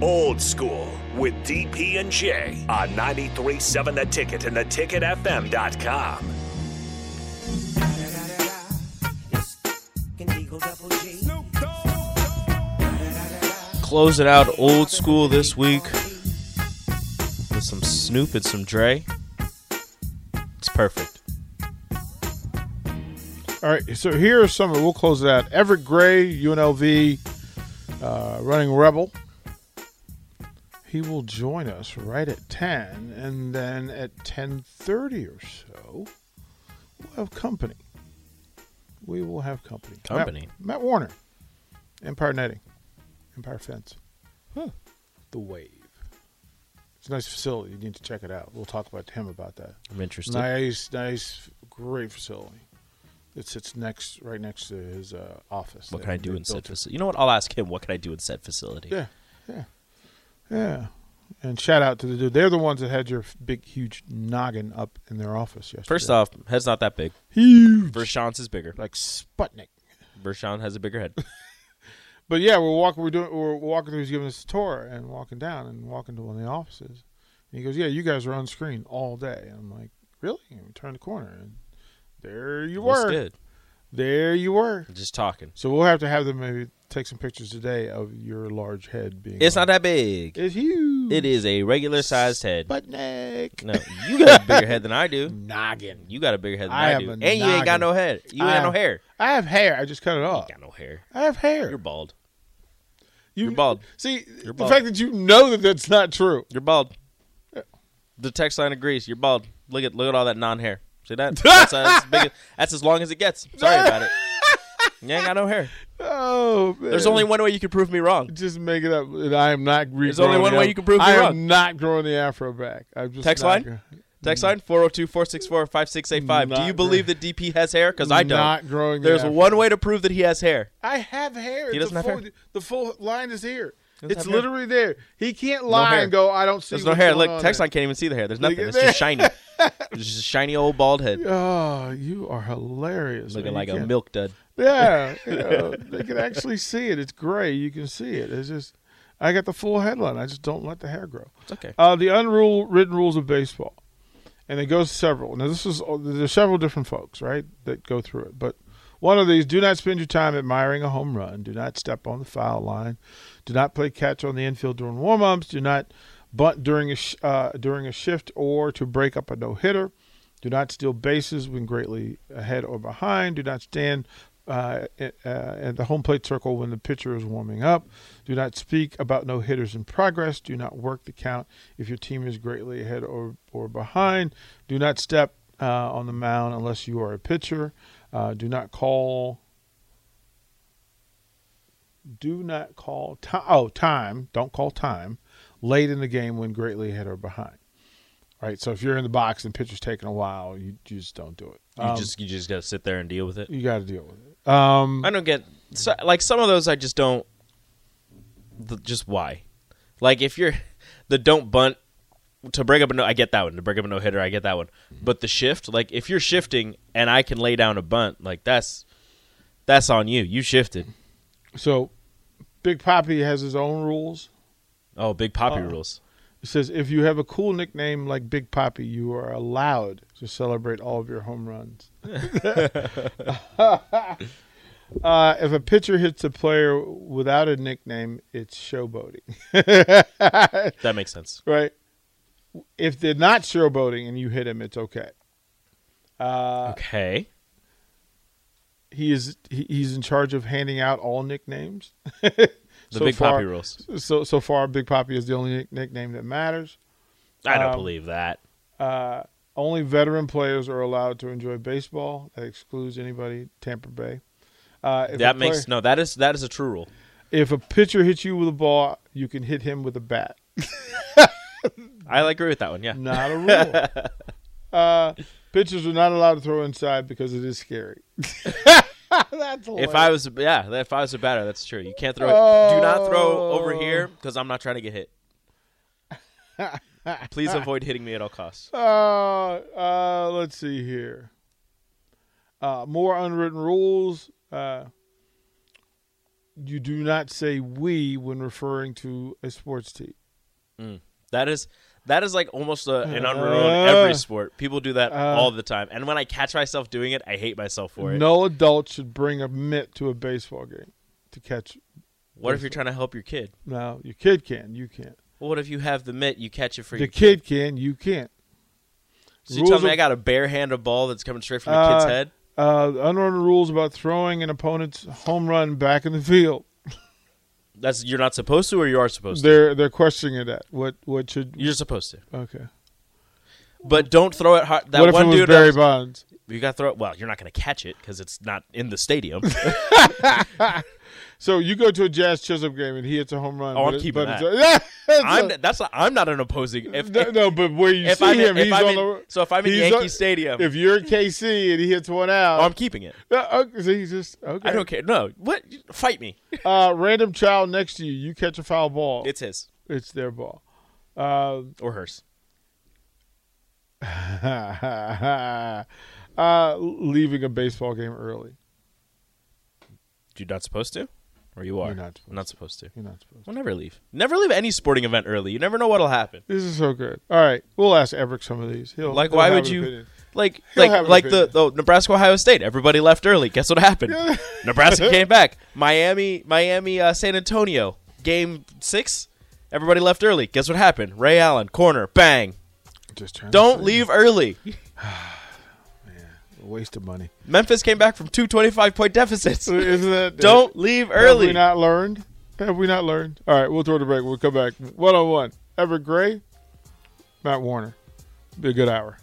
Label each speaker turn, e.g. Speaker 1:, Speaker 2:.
Speaker 1: Old School with DP and J on 93.7 The Ticket and theticketfm.com.
Speaker 2: Close it out old school this week with some Snoop and some Dre. It's perfect.
Speaker 3: All right, so here are some. We'll close it out. Everett Gray, UNLV, uh, running Rebel. He will join us right at ten, and then at ten thirty or so, we'll have company. We will have company. Matt-
Speaker 2: Company?
Speaker 3: Matt, Warner, Empire Netting, Empire Fence, The Wave. It's a nice facility. You need to check it out. We'll talk about him about that.
Speaker 2: I'm interested.
Speaker 3: Nice, nice, great facility. It sits next, right next to his uh, office.
Speaker 2: What
Speaker 3: that
Speaker 2: can I do
Speaker 3: they
Speaker 2: in said
Speaker 3: built it.
Speaker 2: facility? You know what? I'll ask him. What can I do in said facility?
Speaker 3: Yeah, yeah, yeah. And shout out to the dude. They're the ones that had your f- big, huge noggin up in their office yesterday.
Speaker 2: First off, head's not that big.
Speaker 3: huge,
Speaker 2: Vershawn's is bigger.
Speaker 3: like Sputnik.
Speaker 2: Vershawn has a bigger head.
Speaker 3: But yeah, we're walking. We're doing. We're walking through. He's giving us a tour and walking down and walking to one of the offices. And he goes, "Yeah, you guys are on screen all day." And I'm like, "Really?" And we turn the corner, and there you
Speaker 2: Looks
Speaker 3: were.
Speaker 2: good.
Speaker 3: There you were.
Speaker 2: Just talking.
Speaker 3: So we'll have to have them maybe take some pictures today of your large head being.
Speaker 2: It's
Speaker 3: on-
Speaker 2: not that big.
Speaker 3: It's huge.
Speaker 2: It is a regular sized head.
Speaker 3: Sputnik.
Speaker 2: No, you got a bigger head than I do.
Speaker 3: Noggin.
Speaker 2: You got a bigger head than
Speaker 3: I
Speaker 2: I,
Speaker 3: have
Speaker 2: do,
Speaker 3: a
Speaker 2: and you ain't got
Speaker 3: noggin.
Speaker 2: no head. You ain't
Speaker 3: I-
Speaker 2: got no hair.
Speaker 3: I have hair. I just cut it
Speaker 2: You
Speaker 3: off.
Speaker 2: ain't got no hair.
Speaker 3: I have hair.
Speaker 2: You're bald.
Speaker 3: You-
Speaker 2: you're bald.
Speaker 3: See the
Speaker 2: bald.
Speaker 3: fact that you know that that's not true.
Speaker 2: You're bald. The text line agrees. You're bald. Look at look at all that non hair. See that? That's, as big as, that's as long as it gets. Sorry about it. You ain't got no hair.
Speaker 3: Oh, man.
Speaker 2: There's only one way you can prove me wrong.
Speaker 3: Just make it up. And I am not. Re-
Speaker 2: There's only
Speaker 3: growing
Speaker 2: one
Speaker 3: the
Speaker 2: way
Speaker 3: af-
Speaker 2: you can prove
Speaker 3: I
Speaker 2: me
Speaker 3: am
Speaker 2: wrong.
Speaker 3: not growing the afro back. I'm just
Speaker 2: Text
Speaker 3: not
Speaker 2: line?
Speaker 3: gro-
Speaker 2: Text line 402-464-5685. Do
Speaker 3: Not
Speaker 2: you
Speaker 3: gr-
Speaker 2: believe that DP has hair? Because I don't.
Speaker 3: Not growing the
Speaker 2: There's
Speaker 3: afro.
Speaker 2: one way to prove that he has hair.
Speaker 3: I have hair.
Speaker 2: He
Speaker 3: the
Speaker 2: doesn't have
Speaker 3: full,
Speaker 2: hair.
Speaker 3: The full line is here.
Speaker 2: doesn't
Speaker 3: It's
Speaker 2: have hair.
Speaker 3: literally there. He can't lie
Speaker 2: hair.
Speaker 3: and go. I don't see.
Speaker 2: There's no
Speaker 3: what's
Speaker 2: hair.
Speaker 3: going
Speaker 2: Look,
Speaker 3: on
Speaker 2: text
Speaker 3: there."
Speaker 2: line can't even see the hair. There's
Speaker 3: Look
Speaker 2: nothing.
Speaker 3: at
Speaker 2: It's just shiny. It's just a shiny old bald head.
Speaker 3: Oh, you are hilarious.
Speaker 2: Looking
Speaker 3: man.
Speaker 2: like
Speaker 3: You
Speaker 2: a
Speaker 3: can't-
Speaker 2: milk dud.
Speaker 3: Yeah, you know, they can actually see it. It's gray. You can see it. It's just, I got the full headline. I just don't let the hair grow.
Speaker 2: It's okay.
Speaker 3: Uh, the unwritten rules of baseball, and it goes several. Now this is uh, there's several different folks, right, that go through it. But one of these: do not spend your time admiring a home run. Do not step on the foul line. Do not play catch on the infield during warm-ups. Do not bunt during a sh- uh, during a shift or to break up a no hitter. Do not steal bases when greatly ahead or behind. Do not stand uh, at, uh, at the home plate circle when the pitcher is warming up. Do not speak about no hitters in progress. Do not work the count if your team is greatly ahead or, or behind. Do not step uh, on the mound unless you are a pitcher. Uh, do not call. Do not call time. Oh, time. Don't call time late in the game when greatly ahead or behind. Right. So if you're in the box and pitcher's taking a while, you, you just don't do it.
Speaker 2: You
Speaker 3: Um,
Speaker 2: just you just gotta sit there and deal with it.
Speaker 3: you got to deal with it. Um,
Speaker 2: I don't get so, like some of those. I just don't. The, just why? Like if you're the don't bunt to break up a no, I get that one. To break up a no hitter, I get that one. But the shift, like if you're shifting and I can lay down a bunt, like that's that's on you. You shifted.
Speaker 3: so Big Poppy has his own rules.
Speaker 2: Oh, big poppy
Speaker 3: Uh-uh.
Speaker 2: rules.
Speaker 3: It says if you have a cool nickname like Big Poppy, you are allowed to celebrate all of your home runs. uh, if a pitcher hits a player without a nickname, it's showboating.
Speaker 2: That makes sense.
Speaker 3: right? If they're not showboating and you hit him, it's okay. Uh,
Speaker 2: Okay.
Speaker 3: he is he, he's in charge of handing out all nicknames.
Speaker 2: The
Speaker 3: So
Speaker 2: big
Speaker 3: far-
Speaker 2: poppy rules.
Speaker 3: So so far, Big Poppy is the only nick- nickname that matters.
Speaker 2: I don't
Speaker 3: um,
Speaker 2: believe that.
Speaker 3: Uh, only veteran players are allowed to enjoy baseball. That excludes anybody Tampa Bay. Uh, if
Speaker 2: That
Speaker 3: a
Speaker 2: makes
Speaker 3: player-
Speaker 2: no. That is that is a true rule.
Speaker 3: if a pitcher hits you with a ball, you can hit him with a bat. Mm-hmm.
Speaker 2: I agree with that one. Yeah.
Speaker 3: Not a rule. uh, pitchers are not allowed to throw inside because it is scary. That's
Speaker 2: If
Speaker 3: hilarious.
Speaker 2: I was, yeah, if I was a batter, that's true. You can't throw it. Do not throw
Speaker 3: Oh.
Speaker 2: over here because I'm not trying to get hit. Please avoid hitting me at all costs.
Speaker 3: Uh, uh, let's see here. Uh, more unwritten rules. Uh, you do not say we when referring to a sports team.
Speaker 2: That is that is like almost a, an unwritten rule
Speaker 3: Uh,
Speaker 2: in every sport. People do that
Speaker 3: uh,
Speaker 2: all the time, and when I catch myself doing it, I hate myself for it.
Speaker 3: No adult should bring a mitt to a baseball game to catch.
Speaker 2: What if you're trying to help your kid?
Speaker 3: Now your kid can, you can't.
Speaker 2: Well, what if you have the mitt, you catch it for
Speaker 3: The
Speaker 2: your
Speaker 3: kid can, you can't.
Speaker 2: So you tell
Speaker 3: rules
Speaker 2: me
Speaker 3: of-
Speaker 2: I got a bare hand a ball that's coming straight from the
Speaker 3: Uh,
Speaker 2: kid's head?
Speaker 3: Uh, unwritten rules about throwing an opponent's home run back in the field.
Speaker 2: That's you're not supposed to, or you are supposed to.
Speaker 3: They're they're questioning that. What what should
Speaker 2: You're supposed to,
Speaker 3: okay?
Speaker 2: but don't throw it hard. That
Speaker 3: what if
Speaker 2: one
Speaker 3: it was
Speaker 2: dude, that
Speaker 3: Barry
Speaker 2: was-
Speaker 3: Bonds?
Speaker 2: you got to throw it. Well, you're not going to catch it because it's not in the stadium.
Speaker 3: So you go to a Jazz Chisholm game and he hits a home run.
Speaker 2: Oh, I'm
Speaker 3: but it-
Speaker 2: keeping
Speaker 3: but
Speaker 2: that.
Speaker 3: it's- It's
Speaker 2: I'm
Speaker 3: a-
Speaker 2: that's not, I'm not an opposing. If,
Speaker 3: no,
Speaker 2: if,
Speaker 3: no, but where you
Speaker 2: if
Speaker 3: see
Speaker 2: I'm in-
Speaker 3: him,
Speaker 2: if
Speaker 3: he's
Speaker 2: I'm
Speaker 3: on
Speaker 2: in-
Speaker 3: the.
Speaker 2: so if I'm in
Speaker 3: he's
Speaker 2: Yankee
Speaker 3: on-
Speaker 2: Stadium-
Speaker 3: if you're KC and he hits one out,
Speaker 2: oh, I'm keeping it.
Speaker 3: No, okay, so he's just okay.
Speaker 2: I don't care. No, what? Fight me.
Speaker 3: Uh, random child next to you, you catch a foul ball. It's,
Speaker 2: It's his
Speaker 3: their ball. Uh,
Speaker 2: or hers.
Speaker 3: uh, leaving a baseball game early.
Speaker 2: You're not supposed to, or you are.
Speaker 3: You're not supposed
Speaker 2: not supposed to.
Speaker 3: You're not supposed. to.
Speaker 2: Well, never leave. Never leave any sporting event early. You never know what'll happen.
Speaker 3: This is so good. All right, we'll ask Everett some of these. He'll
Speaker 2: Like,
Speaker 3: he'll
Speaker 2: why
Speaker 3: have
Speaker 2: would
Speaker 3: an
Speaker 2: you-
Speaker 3: opinion.
Speaker 2: Like,
Speaker 3: He'll have
Speaker 2: like,
Speaker 3: an
Speaker 2: like the, the
Speaker 3: opinion.
Speaker 2: Nebraska Ohio State. Everybody left early. Guess what happened? Nebraska came back. Miami, Miami, uh, San Antonio, game six. Everybody left early. Guess what happened? Ray Allen corner, bang.
Speaker 3: Just trying to
Speaker 2: Don't
Speaker 3: say,
Speaker 2: leave early.
Speaker 3: a waste of money.
Speaker 2: Memphis came back from two twenty-five point deficits.
Speaker 3: Isn't that
Speaker 2: Don't leave
Speaker 3: Have we
Speaker 2: early.
Speaker 3: not learned? Have we not learned? All right, we'll throw the break. We'll come back. One on one. Everett Gray, Matt Warner. Be a good hour.